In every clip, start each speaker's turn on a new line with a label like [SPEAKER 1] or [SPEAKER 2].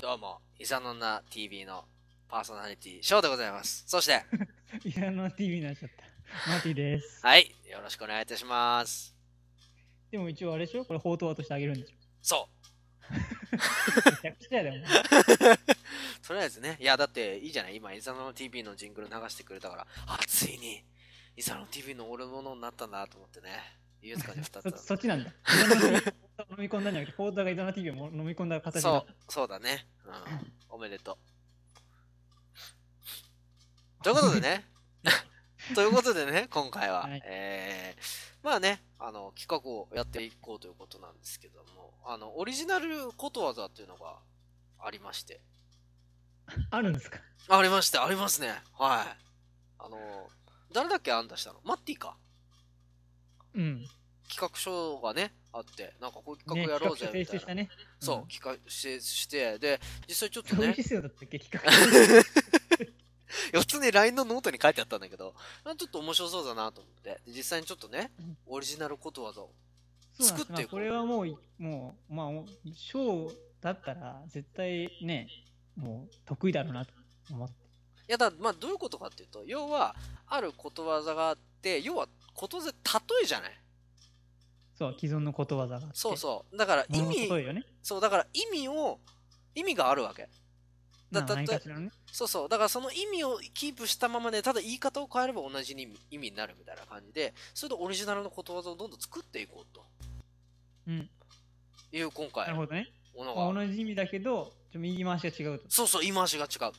[SPEAKER 1] どうも、イザノンナ TV のパーソナリティ、ショーでございます。そして、
[SPEAKER 2] いや、の TV になっちゃった。マーティです。
[SPEAKER 1] はい、よろしくお願いいたします。
[SPEAKER 2] でも一応あれでしょこれ、宝刀としてあげるんでしょ
[SPEAKER 1] そ
[SPEAKER 2] めちゃくちゃやでも。
[SPEAKER 1] う、とりあえずね、いや、だっていいじゃない、今、イザノン TV のジングル流してくれたから、あ、ついに、イザノン TV の俺ものになったんだと思ってね、優塚で2
[SPEAKER 2] そ
[SPEAKER 1] つ。
[SPEAKER 2] そっ ちなんだ。イザナ TV を飲み込んだんじゃなくて、宝刀がイザナ TV をも飲み込んだ形にな
[SPEAKER 1] そ
[SPEAKER 2] った
[SPEAKER 1] う、そうだね。うん、おめでとう。ということで ね、ということでね、今回は、
[SPEAKER 2] はい
[SPEAKER 1] えーまあね、あの、企画をやっていこうということなんですけども、あの、オリジナルことわざっていうのがありまして。
[SPEAKER 2] あるんですか
[SPEAKER 1] ありまして、ありますね。はい。あの、誰だっけ案出したのマッティか。
[SPEAKER 2] うん。
[SPEAKER 1] 企画書がね、あって、なんかこういう企
[SPEAKER 2] ね、
[SPEAKER 1] 画やろうぜ
[SPEAKER 2] 企画
[SPEAKER 1] み
[SPEAKER 2] 提
[SPEAKER 1] たい
[SPEAKER 2] 出
[SPEAKER 1] な。
[SPEAKER 2] したね。
[SPEAKER 1] そう、企画して、して、で、実際ちょっと
[SPEAKER 2] うん。 どういう
[SPEAKER 1] ね、
[SPEAKER 2] 必要だったっ け企
[SPEAKER 1] 4つね、LINE のノートに書いてあったんだけど、あちょっと面白そうだなと思って、で実際にちょっとね
[SPEAKER 2] うん、
[SPEAKER 1] オリジナルことわざを。
[SPEAKER 2] 画そうなんです
[SPEAKER 1] 作っていこう
[SPEAKER 2] まあこれはもうい、もう、まあ、もうショーだったら、絶対ね、もう得意だろうなと思って。
[SPEAKER 1] いやだ、まあどういうことかっていうと、要は、あることわざがあって、要は、ことわざ、例えじゃない
[SPEAKER 2] そう、既存のことわざがあって。
[SPEAKER 1] そうそう。だから意
[SPEAKER 2] 物の例
[SPEAKER 1] 味、
[SPEAKER 2] えよね。
[SPEAKER 1] そう、だから意味を、意味があるわけ。だ
[SPEAKER 2] まあ
[SPEAKER 1] だ
[SPEAKER 2] 何かしらのね。
[SPEAKER 1] そうそう。だからその意味をキープしたままで、ただ言い方を変えれば同じ意味意味になるみたいな感じで、それでオリジナルのことわざをどんどん作っていこうと。
[SPEAKER 2] うん。
[SPEAKER 1] いう今
[SPEAKER 2] な
[SPEAKER 1] 回
[SPEAKER 2] る、ほどね。
[SPEAKER 1] ものが
[SPEAKER 2] まあ、同じ意味だけど、ちょ右回しが違うと。
[SPEAKER 1] そうそう、言い回しが違う。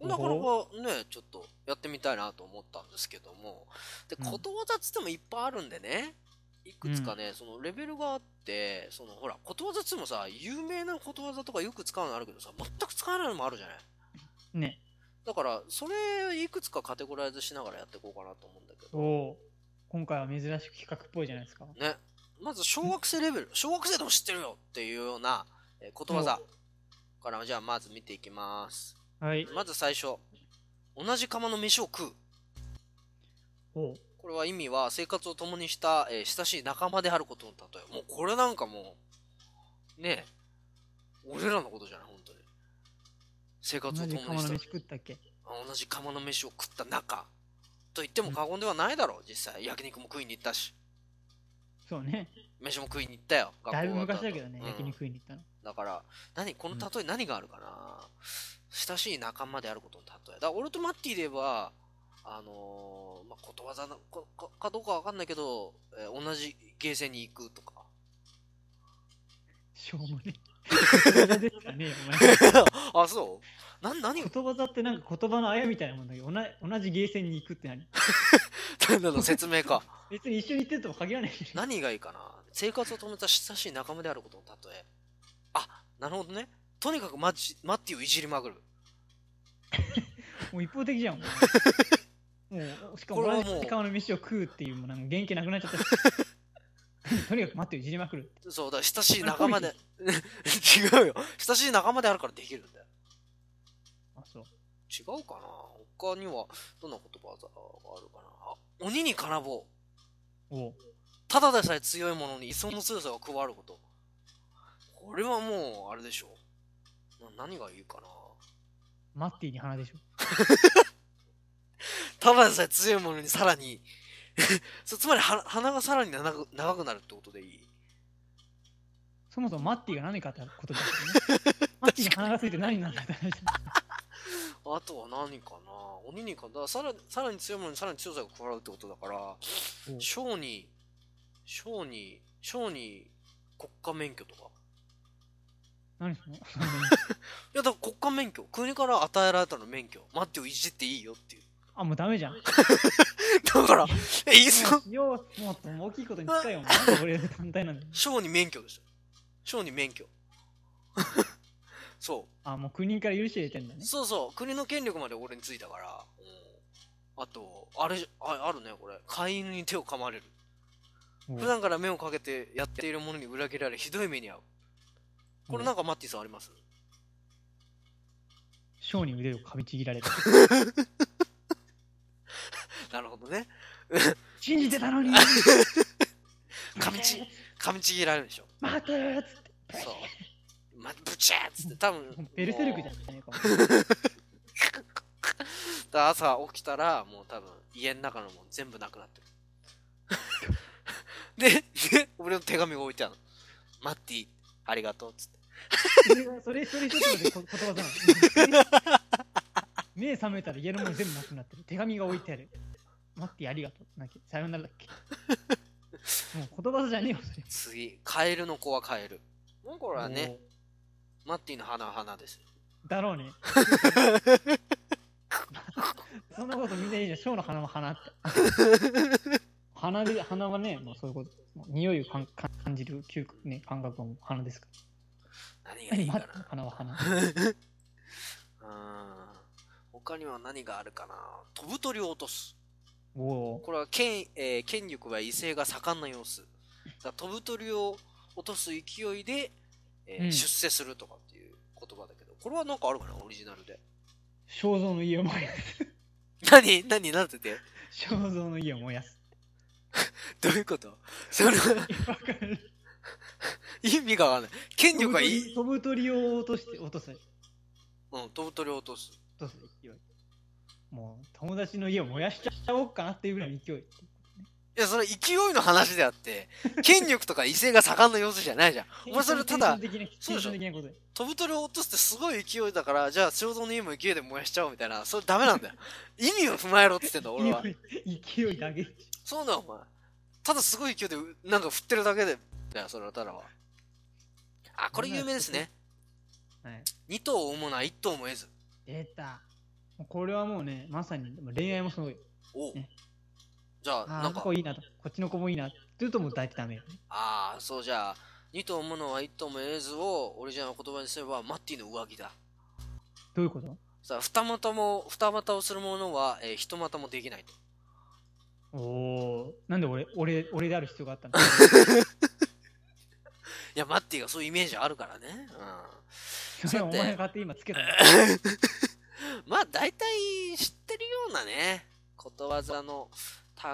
[SPEAKER 2] おほ
[SPEAKER 1] なかなかね、ちょっとやってみたいなと思ったんですけども、で、
[SPEAKER 2] うん
[SPEAKER 1] ことわざつってもいっぱいあるんでね、いくつかね、そのレベルがあって、そのほら、ことわざつってもさ、有名なことわざとかよく使うのあるけどさ、全く使わないのもあるじゃない。
[SPEAKER 2] ね。
[SPEAKER 1] だから、それ、いくつかカテゴライズしながらやっていこうかなと思うんだけど、
[SPEAKER 2] おおー。今回は珍しく企画っぽいじゃないですか。
[SPEAKER 1] ね、まず小学生レベル、小学生でも知ってるよっていうような、えーことわざから、じゃあまず見ていきます。
[SPEAKER 2] はい。
[SPEAKER 1] まず最初、同じ釜の飯を食う。
[SPEAKER 2] おう
[SPEAKER 1] これは意味は生活を共にした、えー親しい仲間であることの例え。もうこれなんかもう、ねえ、俺らのことじゃない、本当に。生活
[SPEAKER 2] 同
[SPEAKER 1] を
[SPEAKER 2] じ
[SPEAKER 1] 共に
[SPEAKER 2] 釜
[SPEAKER 1] し
[SPEAKER 2] の
[SPEAKER 1] た
[SPEAKER 2] 飯食ったっけ
[SPEAKER 1] あ同じ釜の飯を食った仲と言っても過言ではないだろう、実際。焼肉も食いに行ったし、
[SPEAKER 2] そうね。
[SPEAKER 1] 飯も食いに行ったよ。
[SPEAKER 2] だいぶ
[SPEAKER 1] 学校終わった
[SPEAKER 2] 昔
[SPEAKER 1] 後
[SPEAKER 2] だけどね、
[SPEAKER 1] うん
[SPEAKER 2] 焼肉食いに行ったの。
[SPEAKER 1] だから、何この例え何があるかな、親しい仲間であることの例え。だから俺とマッティで言えば、あのーまあ、ことわざなこかかどうかわかんないけど、えー同じゲーセンに行くとか。
[SPEAKER 2] しょうもね。言葉ですかね、お
[SPEAKER 1] あ、そうな何
[SPEAKER 2] 前。
[SPEAKER 1] を
[SPEAKER 2] 言葉だってなんか言葉のあやみたいなもんだけど、同じ同じゲーセンに行くって何
[SPEAKER 1] 何なの説明か。
[SPEAKER 2] 別に一緒に行ってるとも限らないし。
[SPEAKER 1] 何がいいかな生活を止めた親しい仲間であることの例え。あ、なるほどね。とにかくマッチマッティをいじりまくる。
[SPEAKER 2] もう一方 的じゃん。もうもうしかも
[SPEAKER 1] これはもう
[SPEAKER 2] 同じ釜の飯を食うっていう、もうなんか元気なくなっちゃ ったし。とにかく待って、いじりまくる。
[SPEAKER 1] そうだ、親しい仲間で。 違うよ。親しい仲間であるからできるんだよ。
[SPEAKER 2] あ、そう。
[SPEAKER 1] 違うかな他にはどんな言葉があるかなあ鬼に金棒
[SPEAKER 2] おう
[SPEAKER 1] ただでさえ強いものに磯の強さが加わることこれはもうあれでしょな何がいいかな
[SPEAKER 2] マッティに鼻でしょ。
[SPEAKER 1] ただでさえ強いものにさらに そうつまりは鼻がさらに長く長くなるってことでいい
[SPEAKER 2] そもそもマッティが何かってことだよね。マッティに鼻がついて何なんだって話だ。
[SPEAKER 1] あとは何かな鬼に金棒さらさらに強いものにさらに強さが加わるってことだから
[SPEAKER 2] おう
[SPEAKER 1] 小に小に小に国家免許とか
[SPEAKER 2] 何その
[SPEAKER 1] いやだから国家免許国から与えられたの免許待ってよいじっていいよっていう
[SPEAKER 2] あ、もうダメじゃ
[SPEAKER 1] だ
[SPEAKER 2] ん。
[SPEAKER 1] からえいいっす
[SPEAKER 2] も
[SPEAKER 1] よ
[SPEAKER 2] うよう、もっと大きいことに使えよ。もうなんで俺の単体なんだよ。
[SPEAKER 1] 小に免許ですよ小に免許そ
[SPEAKER 2] あ、もう国から許しを得てんだ
[SPEAKER 1] う
[SPEAKER 2] ね。
[SPEAKER 1] そうそう国の権力まで俺についたから、うん、あとあれああるねこれ飼い犬に手を噛まれる
[SPEAKER 2] おう
[SPEAKER 1] 普段から目をかけてやっているものに裏切られひどい目に遭うこれなんかマッティさんあります
[SPEAKER 2] ショーに腕を噛みちぎられた。
[SPEAKER 1] なるほどね
[SPEAKER 2] 信じてたのに
[SPEAKER 1] 噛みち噛みちぎられるでしょ
[SPEAKER 2] 待てーっつって。
[SPEAKER 1] そう。ま、ぶっブチャーっつって、多分
[SPEAKER 2] ベルセルクじゃ
[SPEAKER 1] も
[SPEAKER 2] ないかも。
[SPEAKER 1] うだ朝起きたら、もう多分、家の中のもん全部なくなってる。 で、で、俺の手紙が置いてあるの。マッティ、ありがとう、つって。
[SPEAKER 2] それはそれ一人一つのこ言葉じゃん。目覚めたら家のもの全部なくなってる。手紙が置いてある。待ってありがとう。なんだっけさよならだっけもう言葉じゃねえよ、それ。
[SPEAKER 1] 次、カエルの子はカエル。もうこれはね、マッティの花は花ですよ。
[SPEAKER 2] もう。だろうね。そんなことみんないいじゃん。ショーの花も花って。鼻で、鼻はね、もうそういうこと。もう匂いをかんかん感じる嗅覚、ね、感覚はもう鼻ですか
[SPEAKER 1] 何が
[SPEAKER 2] ら。
[SPEAKER 1] いいか
[SPEAKER 2] 待
[SPEAKER 1] な
[SPEAKER 2] って。鼻は鼻。
[SPEAKER 1] うーん。他には何があるかな飛ぶ鳥を落とす。
[SPEAKER 2] おお
[SPEAKER 1] これは権,、えー権力は威勢が盛んな様子。だから飛ぶ鳥を落とす勢いで、えー
[SPEAKER 2] うん
[SPEAKER 1] 出世するとかっていう言葉だけど、これはなんかあるかなオリジナルで。
[SPEAKER 2] ー。肖像の家を燃やす。
[SPEAKER 1] 何何なんてて
[SPEAKER 2] 肖像の家を燃やす。
[SPEAKER 1] どういうことそれは
[SPEAKER 2] わかる。
[SPEAKER 1] 意味がわかんない。権力はいい。
[SPEAKER 2] 飛ぶ鳥を落として落とす落
[SPEAKER 1] うん、飛ぶ鳥を落とす。
[SPEAKER 2] とす勢いもう友達の家を燃やしちゃおうかなっていうぐらいの勢い
[SPEAKER 1] いや、それ勢いの話であって、権力とか威勢が盛んな様子じゃないじゃん。お前それただ
[SPEAKER 2] テンション的な
[SPEAKER 1] そうでしょ
[SPEAKER 2] テンション的なことで
[SPEAKER 1] 飛ぶ鳥を落とすってすごい勢いだから、じゃあ、肖像の家も勢いで燃やしちゃおうみたいな、それダメなんだよ。意味を踏まえろって言ってんだ、俺は。
[SPEAKER 2] 勢い勢いだけ
[SPEAKER 1] そうだよ、お前。ただすごい勢いで、うなんか振ってるだけで、だよ、それはただは。あ、これ有名ですね。
[SPEAKER 2] はい
[SPEAKER 1] 二頭を追うものは一頭も得ず。
[SPEAKER 2] 出たもうこれはもうねまさにもう恋愛もすごい
[SPEAKER 1] おう
[SPEAKER 2] ね
[SPEAKER 1] じゃあ、
[SPEAKER 2] あ
[SPEAKER 1] な
[SPEAKER 2] あ
[SPEAKER 1] ん
[SPEAKER 2] の
[SPEAKER 1] か
[SPEAKER 2] 子、いいなとこっちの子もいいなって言うともう大体ダメよね
[SPEAKER 1] ああ、そうじゃあ、二頭を追うものは一頭も得ずを、オリジナルの言葉にすれば、マッティの上着だ。
[SPEAKER 2] どういうこと
[SPEAKER 1] さあ、二股も、二股をする者は、えー一股もできないと。
[SPEAKER 2] おおーなんで俺俺俺である必要があっ たの
[SPEAKER 1] いや、マッティがそういうイメージあるからね。うん。
[SPEAKER 2] そ れはお前が勝手に今つけたの
[SPEAKER 1] まあ大体知ってるようなね、ことわざの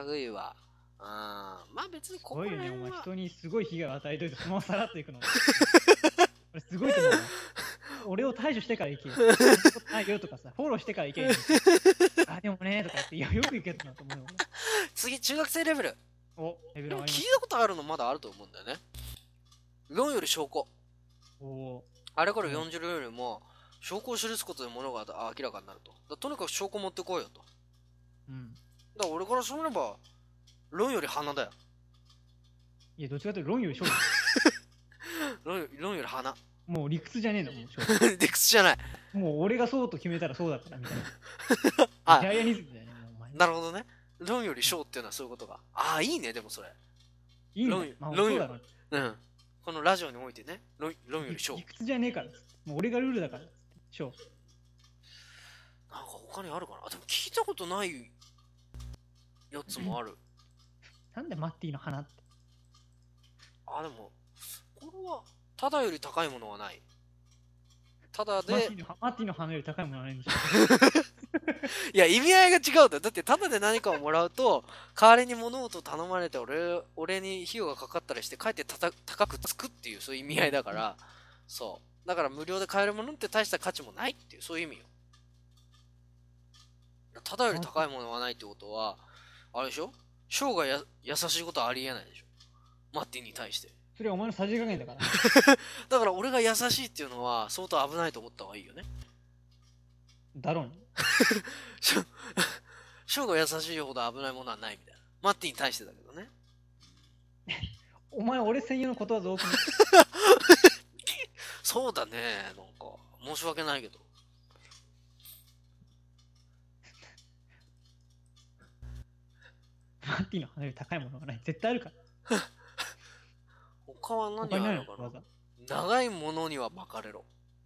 [SPEAKER 1] 類は。あーまあ別に
[SPEAKER 2] す
[SPEAKER 1] ここ
[SPEAKER 2] ご
[SPEAKER 1] ら
[SPEAKER 2] いよね、お
[SPEAKER 1] 辺
[SPEAKER 2] 前
[SPEAKER 1] は。
[SPEAKER 2] 人にすごい被害を与えといて、そのままさらっと いくの。俺すごいと思うよ。俺を対処してから行けよ。ないよとかさ、フォローしてか ら行けよ。あ、でもね、とか言って、いや、よく行けたなと思うよ。
[SPEAKER 1] 次、中学生レベル。
[SPEAKER 2] 俺お、レベ
[SPEAKER 1] で
[SPEAKER 2] ル上
[SPEAKER 1] も
[SPEAKER 2] が
[SPEAKER 1] 聞い
[SPEAKER 2] りました
[SPEAKER 1] ことあるのまだあると思うんだよね。論より証拠。
[SPEAKER 2] た。お
[SPEAKER 1] あれから
[SPEAKER 2] うん
[SPEAKER 1] 40よりも、証拠を記すことで物があ明らかになると。だからとにかく証拠持ってこいよと。だか
[SPEAKER 2] ーうん。
[SPEAKER 1] ら俺からしてみれば、論より花だよ。
[SPEAKER 2] いや、どっちかというと論より勝負。
[SPEAKER 1] 論よ論より花。
[SPEAKER 2] もう理屈じゃねえの、もう勝
[SPEAKER 1] 理屈じゃない。
[SPEAKER 2] 負。もう俺がそうと決めたらそうだから、みたいな。
[SPEAKER 1] あ
[SPEAKER 2] ジャイアニズムだよね、もうお前。
[SPEAKER 1] なるほどね。論より証っていうのはそういうことが。ああ、いいね、でもそれ。
[SPEAKER 2] いいの
[SPEAKER 1] 論よ
[SPEAKER 2] まあ、
[SPEAKER 1] 論よ
[SPEAKER 2] そうだろう。
[SPEAKER 1] うん。このラジオにおいてね、論論より証
[SPEAKER 2] 理。屈じゃねえから。もう俺がルールだから。勝負。
[SPEAKER 1] なんか他にあるかなあでも聞いたことないやつもある。
[SPEAKER 2] なんでマッティの花って。
[SPEAKER 1] あ、でも、これは、ただより高いものはない。ただ
[SPEAKER 2] マッ
[SPEAKER 1] で
[SPEAKER 2] ティ、の花マッティの花より高いものはないんでしょ
[SPEAKER 1] いや、意味合いが違うんだよ。だって、ただで何かをもらうと、代わりに物事を頼まれて、俺、俺に費用がかかったりして、かえってたた高くつくっていう、そういう意味合いだから、そう。だから、無料で買えるものって大した価値もないっていう、そういう意味よ。ただより高いものはないってことは、あれでしょ生涯や優しいことはありえないでしょマッティに対して。
[SPEAKER 2] それはお前のさじ加減だから。
[SPEAKER 1] だから、俺が優しいっていうのは、相当危ないと思った方がいいよね。
[SPEAKER 2] だろうね。
[SPEAKER 1] しょ翔が優しいほど危ないものはないみたいな。マッティに対してだけどね。
[SPEAKER 2] お前、俺専用のことわざ多くない
[SPEAKER 1] そうだね、なんか。申し訳ないけど。
[SPEAKER 2] マッティの花より高いものはない。絶対あるから。
[SPEAKER 1] 他は何
[SPEAKER 2] 他に
[SPEAKER 1] があ
[SPEAKER 2] ない
[SPEAKER 1] るの
[SPEAKER 2] のこ
[SPEAKER 1] か
[SPEAKER 2] とわ
[SPEAKER 1] な
[SPEAKER 2] ざ。
[SPEAKER 1] 長いものには巻かれろ。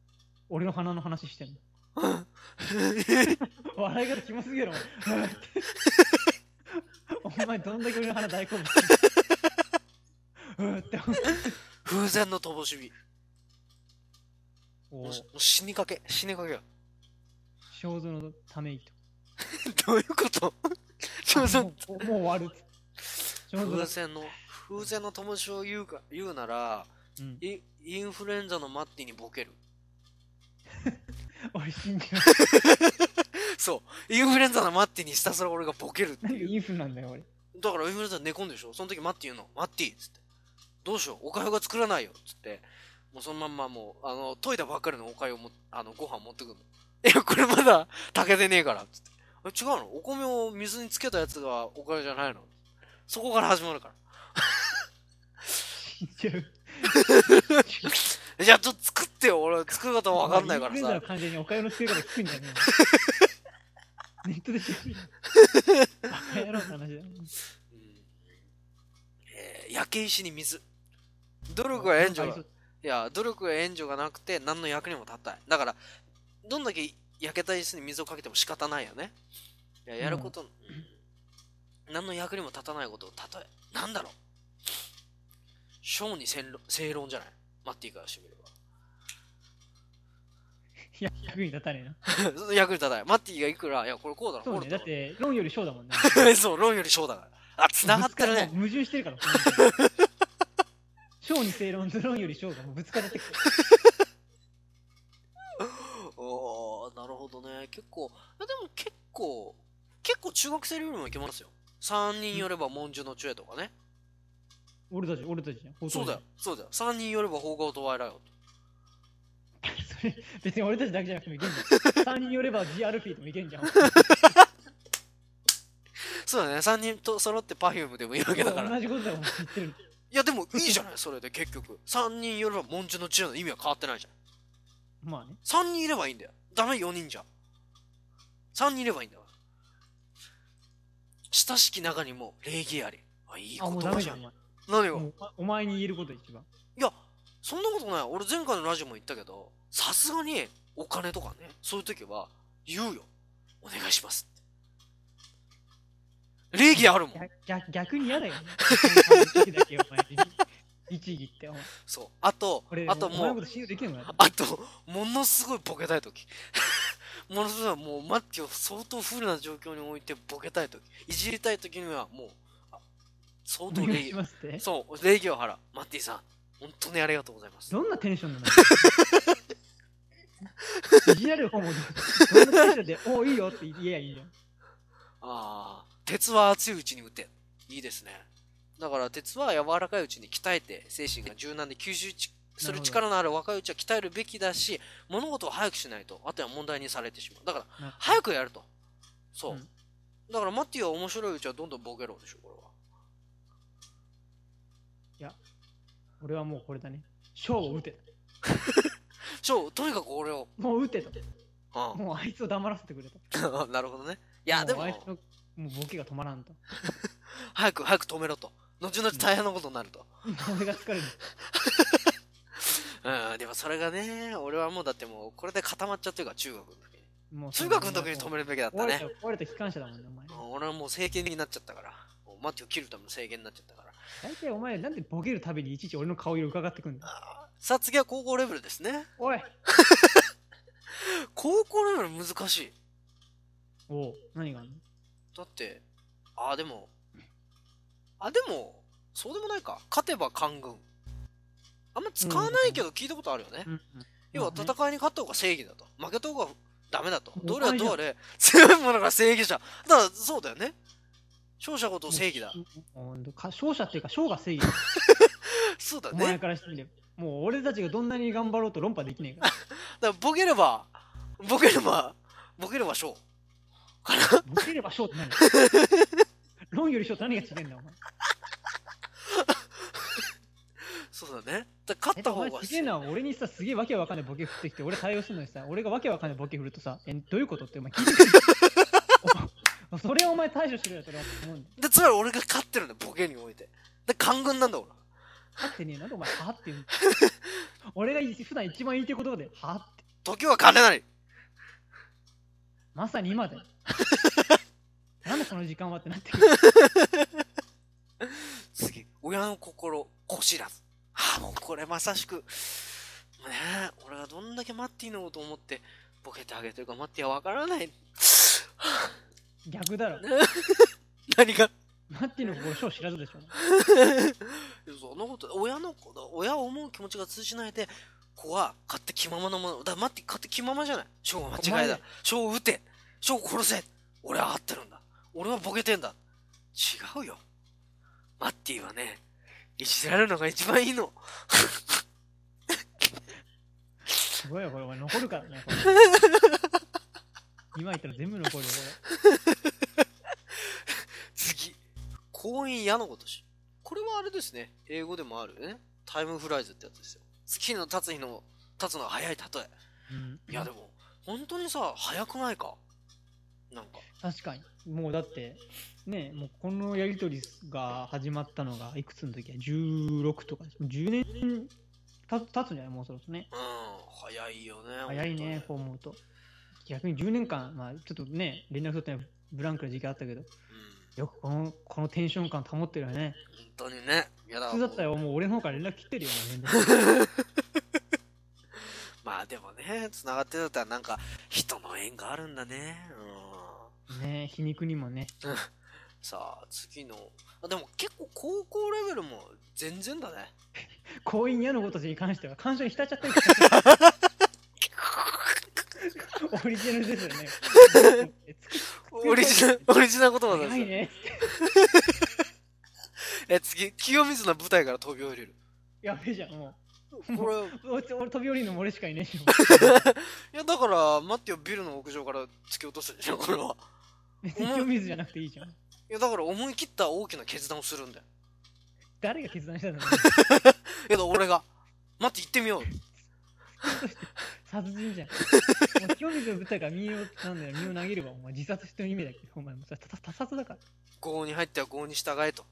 [SPEAKER 2] 俺の花の話してんの。笑い方キモすぎるお前。お前、どんだけ俺の花大好物うーって思う
[SPEAKER 1] 風前の灯火。
[SPEAKER 2] お
[SPEAKER 1] もう
[SPEAKER 2] ー
[SPEAKER 1] もう死にかけ。死にかけよ。
[SPEAKER 2] 肖像のため息と
[SPEAKER 1] どういうことそうそう
[SPEAKER 2] もうもう終わるっつって。肖像の
[SPEAKER 1] 風前の、風前の灯火を言うか、言うなら、
[SPEAKER 2] うん
[SPEAKER 1] イインフルエンザのマッティにボケる。
[SPEAKER 2] 俺死んじゃ
[SPEAKER 1] そう。インフルエンザのマッティにひたすら俺がボケるって
[SPEAKER 2] う。なん
[SPEAKER 1] い
[SPEAKER 2] で
[SPEAKER 1] う。
[SPEAKER 2] インフルなんだよ、俺。
[SPEAKER 1] だからインフルエンザで寝込んでるでしょその時マッティ言うの。マッティっつって。どうしよう。おかゆが作らないよ。つって。もうそのまんまもう、あの、研いだばっかりのおかゆをも、あの、ご飯持ってくんの。 いや、これまだ炊けてねえから。つって。あ違うのお米を水につけたやつがおかゆじゃないのそこから始まるから。
[SPEAKER 2] 死ん じゃう。
[SPEAKER 1] えじゃあちょっと作ってよ。俺作り方わかんないから
[SPEAKER 2] インフルエンザの
[SPEAKER 1] さ。
[SPEAKER 2] 患者にお金の作り方聞くんじ ゃねえよネットで調べる。バカ野郎って話だよ。
[SPEAKER 1] うんえー焼け石に水。努力は援助
[SPEAKER 2] なん
[SPEAKER 1] だ
[SPEAKER 2] かあり。
[SPEAKER 1] いや、努力や援助がなくて何の役にも立たない。だから、どんだけ焼けた椅子に水をかけても仕方ないよね。いや、やること、うん何の役にも立たないことを例え、なんだろう。小に正論正論じゃないマッティからしてみれば。
[SPEAKER 2] そういや、役に立たねえな。
[SPEAKER 1] その 役に立たない。マッティがいくら、いや、これこうだろ、
[SPEAKER 2] そう
[SPEAKER 1] こ
[SPEAKER 2] ね、
[SPEAKER 1] うだ
[SPEAKER 2] だっ
[SPEAKER 1] ろ。
[SPEAKER 2] て、論より章だもんね。
[SPEAKER 1] そう、論より小だから。あ、繋がってるね。
[SPEAKER 2] もう矛盾してるから。 章に正論と論より章がもうぶつかってくる。
[SPEAKER 1] おーなるほどね。結構、いやでも結構、結構中学生よりもいけますよ。3人寄れば文殊の知恵とかね。
[SPEAKER 2] 俺たち、俺たちじゃん。放送
[SPEAKER 1] そうだよ、そうだよ。3人寄れば放課後とワイライオ
[SPEAKER 2] それ別に俺たちだけじゃなくてもいけんじゃん。3人 よれば GRP でもいけんじゃん。
[SPEAKER 1] そうだね、3人と揃って Perfume でもいいわけだから。い
[SPEAKER 2] 同じことだもん、言ってる。
[SPEAKER 1] や、でもいいじゃない、それで結局。3人寄れば文殊の知恵の意味は変わってないじ
[SPEAKER 2] まあね。
[SPEAKER 1] ゃん。3人いればいいんだよ。ダメ4人じゃん。3人いればいいんだから。親しき中にも礼儀あり。あ、いい
[SPEAKER 2] あ、も
[SPEAKER 1] 言
[SPEAKER 2] うダ
[SPEAKER 1] 葉
[SPEAKER 2] メ
[SPEAKER 1] じ
[SPEAKER 2] じ
[SPEAKER 1] ゃ
[SPEAKER 2] ゃん、お
[SPEAKER 1] ん。
[SPEAKER 2] 前。
[SPEAKER 1] 何が
[SPEAKER 2] もうお前に言えること一番。
[SPEAKER 1] いや、そんなことない。俺前回のラジオも言ったけど、さすがにお金とかね、そういう時は言うよ。お願いしますって。礼儀あるもん。
[SPEAKER 2] 逆逆に嫌だよね。その時だけお前律儀ってお前。
[SPEAKER 1] そう。あと
[SPEAKER 2] こ、れ
[SPEAKER 1] あと
[SPEAKER 2] お前
[SPEAKER 1] も
[SPEAKER 2] のこ
[SPEAKER 1] う、
[SPEAKER 2] と信用できるのか
[SPEAKER 1] あと、ものすごいボケたい時 ものすごいもう、マッティを相当不利な状況に置いてボケたい時いじりたい時にはもう、あ相
[SPEAKER 2] お
[SPEAKER 1] 当
[SPEAKER 2] 願
[SPEAKER 1] 礼
[SPEAKER 2] いし
[SPEAKER 1] 儀。
[SPEAKER 2] ますって。
[SPEAKER 1] そう、礼儀を払う。マッティさん、本当にありがとうございます。
[SPEAKER 2] どんなテンション なのいじられる方もどんなテンションで、おういいよって言えやいいじゃん。
[SPEAKER 1] ああ、鉄は熱いうちに打て。いいですね。だから鉄は柔らかいうちに鍛えて、精神が柔軟で吸収ちする力のある若いうちは鍛えるべきだし、物事を早くしないと、あとは問題にされてしまう。だから、
[SPEAKER 2] な
[SPEAKER 1] 早くやると。そう。
[SPEAKER 2] うん
[SPEAKER 1] だからマッティは面白いうちはどんどんボケろでしょ、これは。
[SPEAKER 2] 俺はもうこれだね。賞を打て。
[SPEAKER 1] そう、とにかく俺を。
[SPEAKER 2] もう打てと。
[SPEAKER 1] う
[SPEAKER 2] もうあいつを黙らせてくれと。い
[SPEAKER 1] ん。 なるほどね。いや、でも
[SPEAKER 2] あ、いつのもうボケが止まらんと。
[SPEAKER 1] 早く早く止めろと。後々大変なことになると。
[SPEAKER 2] 俺が疲れる。
[SPEAKER 1] うん、でもそれがね、俺はもうだってもう、これで固まっちゃってるから、中学の時に。
[SPEAKER 2] もう
[SPEAKER 1] 中学の時に止めるべきだった
[SPEAKER 2] 壊れ
[SPEAKER 1] ね
[SPEAKER 2] た。壊れた機関車だもんね、お前。
[SPEAKER 1] うん俺はもう政権になっちゃったから。もうマッティを切るための制限になっちゃったから。
[SPEAKER 2] 大体お前なんでボケるたびにいちいち俺の顔色伺ってくんだ。
[SPEAKER 1] さあ次は高校レベルですね。
[SPEAKER 2] おい
[SPEAKER 1] 高校レベル難しい。
[SPEAKER 2] おう、何があんの
[SPEAKER 1] だって、ああ、でも、あ、でも、そうでもないか。勝てば官軍。あんま使わないけど聞いたことあるよね。
[SPEAKER 2] うんうん
[SPEAKER 1] 要は
[SPEAKER 2] まあ
[SPEAKER 1] 戦
[SPEAKER 2] ね
[SPEAKER 1] いに勝った方が正義だと。負けた方がダメだと。
[SPEAKER 2] お
[SPEAKER 1] どれは
[SPEAKER 2] 前じゃん
[SPEAKER 1] どれ、強いものが正義者。だからそうだよね。勝者こと正義だ。
[SPEAKER 2] もうか勝者っていうか、勝が正義だ。
[SPEAKER 1] そうだ
[SPEAKER 2] お
[SPEAKER 1] ね。
[SPEAKER 2] 前からしてみれば。もう俺たちがどんなに頑張ろうと論破できねえか
[SPEAKER 1] だからボケれば、ボケれば、ボケれば勝。
[SPEAKER 2] ら。ボケれば勝って何論より勝って何が違えんだよ、お前。
[SPEAKER 1] そうだね。だから勝った
[SPEAKER 2] お前
[SPEAKER 1] 方が
[SPEAKER 2] すげえな、俺にさ、すげえわけわかんないボケ振ってきて、俺対応するのにさ、俺がわけわかんないボケ振るとさ、え、どういうことってお前聞いてくる お前それをお前対処しろよ、それは思うんだよ。
[SPEAKER 1] で、つまり俺が勝ってるんだよ、ボケにおいて。で、官軍なんだ、俺。
[SPEAKER 2] はってねえ、なんでお前、はって言うんだ俺が普段一番言いたい言葉で、はって。
[SPEAKER 1] 時は金なり。
[SPEAKER 2] まさに 今だよ。なんでこの時間はってなってくる。
[SPEAKER 1] 次、親の心、こ知らず。ああ、もうこれまさしく。ねえ、俺がどんだけマッティのことを思って、ボケてあげてるか、マッティはわからない。
[SPEAKER 2] 逆 だろ。
[SPEAKER 1] 何が。
[SPEAKER 2] マッティの心、章知らずでしょ。
[SPEAKER 1] そのこと、親のこと、親を思う気持ちが通じないで、子は勝手気ままなものだ待って勝手気ままじゃない翔は
[SPEAKER 2] お
[SPEAKER 1] 間違
[SPEAKER 2] 前
[SPEAKER 1] い
[SPEAKER 2] ね
[SPEAKER 1] だ翔を撃て翔を殺せ俺は合ってるんだ俺はボケてんだ違うよマッティはねいじられるのが一番いいの
[SPEAKER 2] すごいよ、これ、お前残るから ね。これ今言ったら全部残るよ、こ
[SPEAKER 1] 次婚姻矢のごとしこれはあれですね英語でもあるよねタイムフライズってやつですよ月の経つ日の経つのが早い例
[SPEAKER 2] れ。うん
[SPEAKER 1] えいやでも本当にさ早くないかなんか
[SPEAKER 2] 確かに。もうだって、ね、もうこのやりとりが始まったのが、いくつの時は ?16 とかでしょ、10年た経つんじゃないもうそろそろね。
[SPEAKER 1] うん早いよね
[SPEAKER 2] 早いね、こ
[SPEAKER 1] 本
[SPEAKER 2] う思うと。逆に10年間、まあ、ちょっとね、連絡取ってないブランクな時期あったけど、
[SPEAKER 1] 当にうん
[SPEAKER 2] よくこのこのテンション感保ってるよね。
[SPEAKER 1] 本当にねいやだ
[SPEAKER 2] 普
[SPEAKER 1] からもう
[SPEAKER 2] 通だったらもう俺の方から連絡切 ってるよ、ね、
[SPEAKER 1] まあでもね繋がってたらなんか人の縁があるんだねうん
[SPEAKER 2] ね皮肉にもね。
[SPEAKER 1] さあ次のあでも結構高校レベルも全然だ ね
[SPEAKER 2] 婚姻屋のごとしに関しては、感情に浸っちゃ ってるオリジナルですよね。
[SPEAKER 1] オリジナル、オリジナル言葉なんです
[SPEAKER 2] 早い
[SPEAKER 1] よ。
[SPEAKER 2] ね。
[SPEAKER 1] え、次、清水の舞台から飛び降りる。
[SPEAKER 2] やべえじゃん、も。
[SPEAKER 1] これ、いう
[SPEAKER 2] 俺、俺飛び降りるのも俺しかいね えよ。
[SPEAKER 1] や、だから、待ってよ、ビルの屋上から突き落としたじゃん、これは。
[SPEAKER 2] 別に清水じゃなくていいじゃん。
[SPEAKER 1] いや、だから、思い切った大きな決断をするんだよ。
[SPEAKER 2] 誰が決断したんだろ
[SPEAKER 1] いや、だから俺が、待って、行ってみよう。
[SPEAKER 2] う。殺人 じゃん。もう清水の舞台から身を、なんだよ、身を投げれば、お前自殺してる意味だけど、お前もうそれ他他殺だから。
[SPEAKER 1] 合に入っては合に従えと。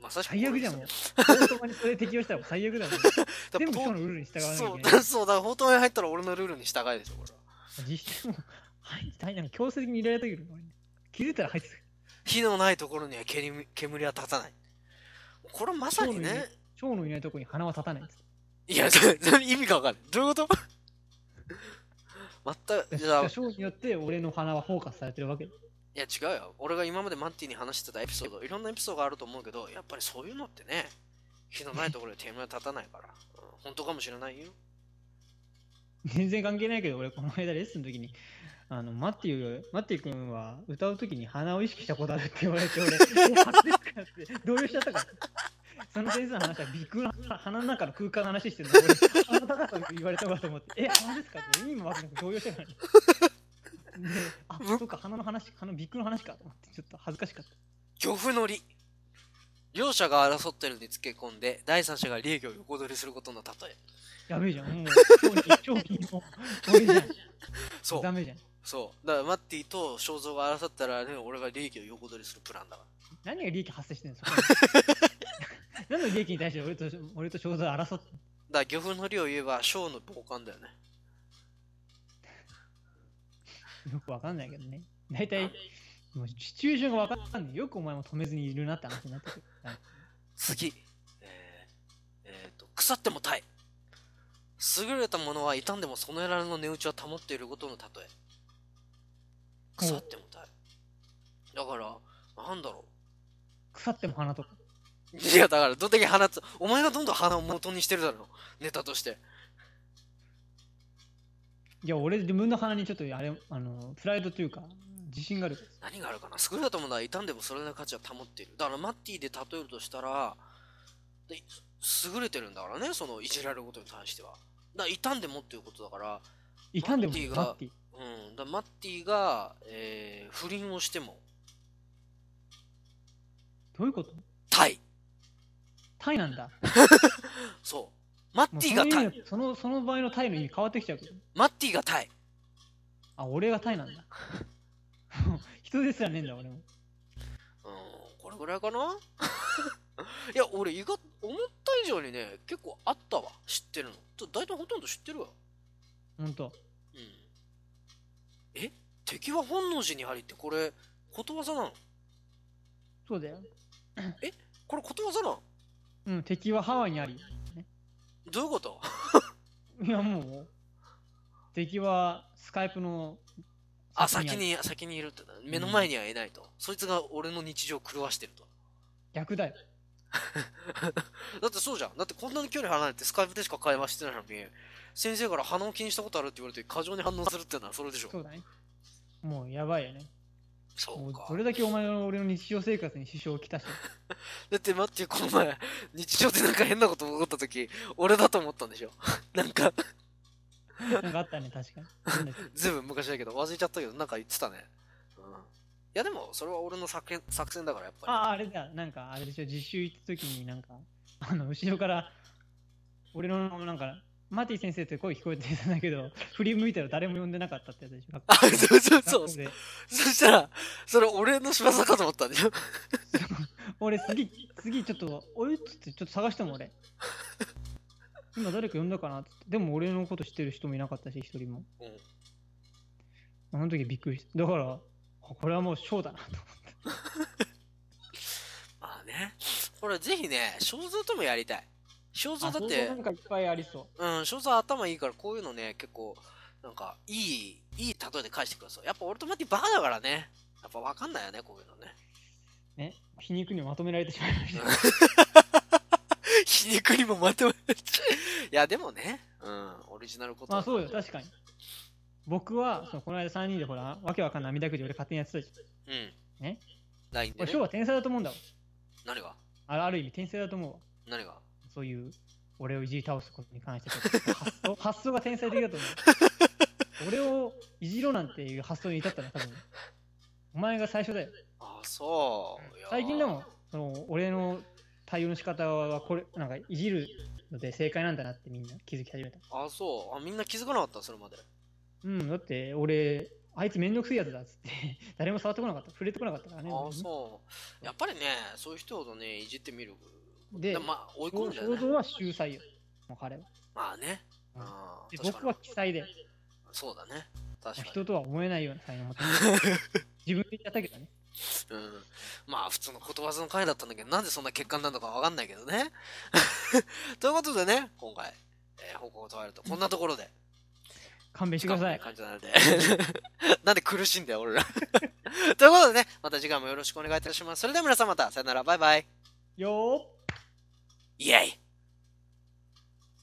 [SPEAKER 1] まさしくこれ
[SPEAKER 2] 最悪
[SPEAKER 1] です
[SPEAKER 2] じゃ
[SPEAKER 1] よ、
[SPEAKER 2] ん、もう。王様にそれ適用したら最悪だもん。
[SPEAKER 1] だから
[SPEAKER 2] 全部今
[SPEAKER 1] と
[SPEAKER 2] 日のルールに従わなきゃい
[SPEAKER 1] そう
[SPEAKER 2] け
[SPEAKER 1] だ
[SPEAKER 2] ない。
[SPEAKER 1] そうだ、法に入ったら俺のルールに従えでしょ、これは。
[SPEAKER 2] 実質もう、はい、はい、なんか強制的に入れられたけど、俺気づいたら入ってた。
[SPEAKER 1] 火のないところには煙煙は立たない。これはまさに
[SPEAKER 2] そう
[SPEAKER 1] ね
[SPEAKER 2] ね、蝶のいないとこに花は立たないんです。
[SPEAKER 1] いや、それそれ意味がわかんない。どういうこと 全く、じゃあ、い
[SPEAKER 2] 蝶によって俺の花はフォーカスされてるわけ。
[SPEAKER 1] や違うよ。俺が今までマッティに話してたエピソード、いろんなエピソードがあると思うけど、やっぱりそういうのってね、火のないところで煙は立たないから、うん本当かもしれないよ。
[SPEAKER 2] 全然関係ないけど、俺この間レッスンの時に、あの、マッティ、マッティ君は歌う時に花を意識したことあるって言われて、俺、え初ですかって動揺しちゃったから。その先生の話は、ビッグな鼻の中の空間の話してるの俺、鼻の高さって言われたのかと思って、え、鼻ですかって意味もわかんなくて動揺してたからね。であ、そっか、鼻の話、鼻ビッグの話かと思って、ちょっと恥ずかしかった。
[SPEAKER 1] 漁夫の利。両者が争ってるにつけ込んで、第三者が利益を横取りすることの例え。
[SPEAKER 2] やべえじゃん。もう、超金も、俺じゃん。
[SPEAKER 1] そう
[SPEAKER 2] ダ、メじゃん。
[SPEAKER 1] そう。だからマッティと肖像が争ったらね、俺が利益を横取りするプランだから。
[SPEAKER 2] 何が利益発生してんのそこ に何の利益に対して俺と俺と肖像は争ってんの
[SPEAKER 1] だから漁夫の利を言えば、ショーの傍観だよね。
[SPEAKER 2] よくわかんないけどね。大体、もうシチュエーションがわかんない。よくお前も止めずにいるなって話になってくる。
[SPEAKER 1] 次、えーえーと腐っても耐え優れたものは傷んでもそのやられの値打ちは保っていることの例え腐っても耐えだからなんだろ
[SPEAKER 2] 腐っても花とか。
[SPEAKER 1] ういやだからどんだけ鼻つお前がどんどん鼻を元にしてるだろネタとして
[SPEAKER 2] いや、俺自分の鼻にちょっとあれ、あの、プライドというか、自信があるから。
[SPEAKER 1] 何があるかな優れたものは傷んでもそれの価値は保っているだからマッティで例えるとしたらで優れてるんだからねそのいじられることに対してはだから傷んでもっていうことだから
[SPEAKER 2] 傷んでも
[SPEAKER 1] マッティが
[SPEAKER 2] マッティ。
[SPEAKER 1] うん、だマッティが、えー不倫をしても、
[SPEAKER 2] どういうこと
[SPEAKER 1] タイ。
[SPEAKER 2] タイなんだ。
[SPEAKER 1] そう。マッ
[SPEAKER 2] もう
[SPEAKER 1] ティ
[SPEAKER 2] その
[SPEAKER 1] が
[SPEAKER 2] 意
[SPEAKER 1] タイ。
[SPEAKER 2] 味のそのその場合のタイの意味変わってきちゃうけど。
[SPEAKER 1] マッティがタイ。
[SPEAKER 2] あ、俺がタイなんだ。 もう人ですらねえんだ、俺
[SPEAKER 1] う
[SPEAKER 2] も。
[SPEAKER 1] ん、これぐらいかな いや、俺、意外、思った以上にね、結構あったわ。知ってるの。ちょ大体ほとんど知ってるわ。
[SPEAKER 2] ほんと。
[SPEAKER 1] うん。え敵は本能寺にありって、これ、ことわざなの
[SPEAKER 2] そうだよ。
[SPEAKER 1] これ、ことわざなの
[SPEAKER 2] うん、敵はハワイにあり。
[SPEAKER 1] どういうこと
[SPEAKER 2] いや、もう、敵はスカイプの
[SPEAKER 1] あ、先
[SPEAKER 2] ある
[SPEAKER 1] に、先にいるってな。目の前にはいないと。そいつが俺の日常を狂わしてると。
[SPEAKER 2] 逆だよ。
[SPEAKER 1] だってそうじゃん。だってこんなに距離離れてスカイプでしか会話してないのに、先生から鼻を気にしたことあるって言われて過剰に反応するってのはそれでしょ。
[SPEAKER 2] そうだね。もうやばいよね。
[SPEAKER 1] そ
[SPEAKER 2] も
[SPEAKER 1] う
[SPEAKER 2] う
[SPEAKER 1] か
[SPEAKER 2] ど。れだけお前の俺の日常生活に支障をき たし、
[SPEAKER 1] だって待って、この前、日常でなんか変なこと起こった時、俺だと思ったんでしょ。 なんか、
[SPEAKER 2] なんかあったね、確かに。なんだっけ
[SPEAKER 1] ずいぶん昔だけど、忘れちゃったけど、なんか言ってたね。うん。いやでも、それは俺の作戦作戦だから、やっぱり。
[SPEAKER 2] ああ、あれだ、なんかあれでしょ、実習行った時になんか、あの、後ろから、俺のなんか、マーティ先生って声聞こえてたんだけど、振り向いたら誰も呼んでなかったってやつでしょ。
[SPEAKER 1] あ、そうそうそう
[SPEAKER 2] 学校。で
[SPEAKER 1] そしたら、それ俺の仕業かと思ったんでしょ。
[SPEAKER 2] 俺次、次ちょっと、おいっつってちょっと探しても俺。今誰か呼んだかなっつって。でも俺のこと知ってる人もいなかったし、一人も。
[SPEAKER 1] うん。
[SPEAKER 2] あの時びっくりした。だから、あこれはもうショーだなと思って。
[SPEAKER 1] まあね。これぜひね、肖像ともやりたい。肖像だっ
[SPEAKER 2] あ
[SPEAKER 1] て
[SPEAKER 2] そうそうな、んかいっぱいありそ
[SPEAKER 1] う
[SPEAKER 2] う。
[SPEAKER 1] ん、肖像頭いいから、こういうのね、結構、なんか、いい、いい例えで返してください。やっぱ俺とマッティバカだからね。やっぱわかんないよね、こういうのね。
[SPEAKER 2] ね、皮肉にもまとめられてしまいました。
[SPEAKER 1] 皮肉にもまとめられちゃういや、でもね、うん、オリジナルこと。
[SPEAKER 2] まあそうよ、確かに。僕は、そのこの間3人でほら、わけわかんない涙くじ俺勝手にやってたじゃん。
[SPEAKER 1] うん。
[SPEAKER 2] ね
[SPEAKER 1] ?LINE で、
[SPEAKER 2] 俺、
[SPEAKER 1] ね
[SPEAKER 2] ショー。は天才だと思うんだわ。
[SPEAKER 1] 何が
[SPEAKER 2] あるある意味、天才だと思うわ。
[SPEAKER 1] 何が
[SPEAKER 2] そういう、俺をいじり倒すことに関して発 想、発想が天才的だと思う。俺をいじろうなんていう発想に至ったの、多分。お前が最初だよ。
[SPEAKER 1] あ、そう。いや
[SPEAKER 2] 最近でも。、その俺の対応の仕方は、これ、なんか、いじるので正解なんだなってみんな気づき始めた。
[SPEAKER 1] あ、そう。あ、みんな気づかなかった、それまで。
[SPEAKER 2] うん、だって俺、あいつめんどくせえやつだっつって、 誰も触ってこなかった、触れてこなかったからね。
[SPEAKER 1] あそうやっぱりねそういう人ほどねいじってみる
[SPEAKER 2] で
[SPEAKER 1] でもまあ追い込むんじゃ
[SPEAKER 2] 肖
[SPEAKER 1] ない
[SPEAKER 2] 像は秀才よ、もう彼は。
[SPEAKER 1] まあね
[SPEAKER 2] うん
[SPEAKER 1] あ
[SPEAKER 2] で
[SPEAKER 1] ー確
[SPEAKER 2] 僕
[SPEAKER 1] か
[SPEAKER 2] は
[SPEAKER 1] に
[SPEAKER 2] 奇才で、も
[SPEAKER 1] そうだね
[SPEAKER 2] う
[SPEAKER 1] 確か
[SPEAKER 2] 人
[SPEAKER 1] に、
[SPEAKER 2] とは思えないような才能を持ってる 自分で言っちゃったけどね。
[SPEAKER 1] うん、まあ普通のことわざの回だったんだけどなんでそんな欠陥なのかわかんないけどね ということでね今回、えー、方向を問われるとこんなところで
[SPEAKER 2] 勘弁してください。
[SPEAKER 1] 感じなのでなんで 苦しいんだよ俺らということでねまた次回もよろしくお願いいたしますそれでは皆さんまたさよならバイバイ
[SPEAKER 2] よーっ
[SPEAKER 1] イエイ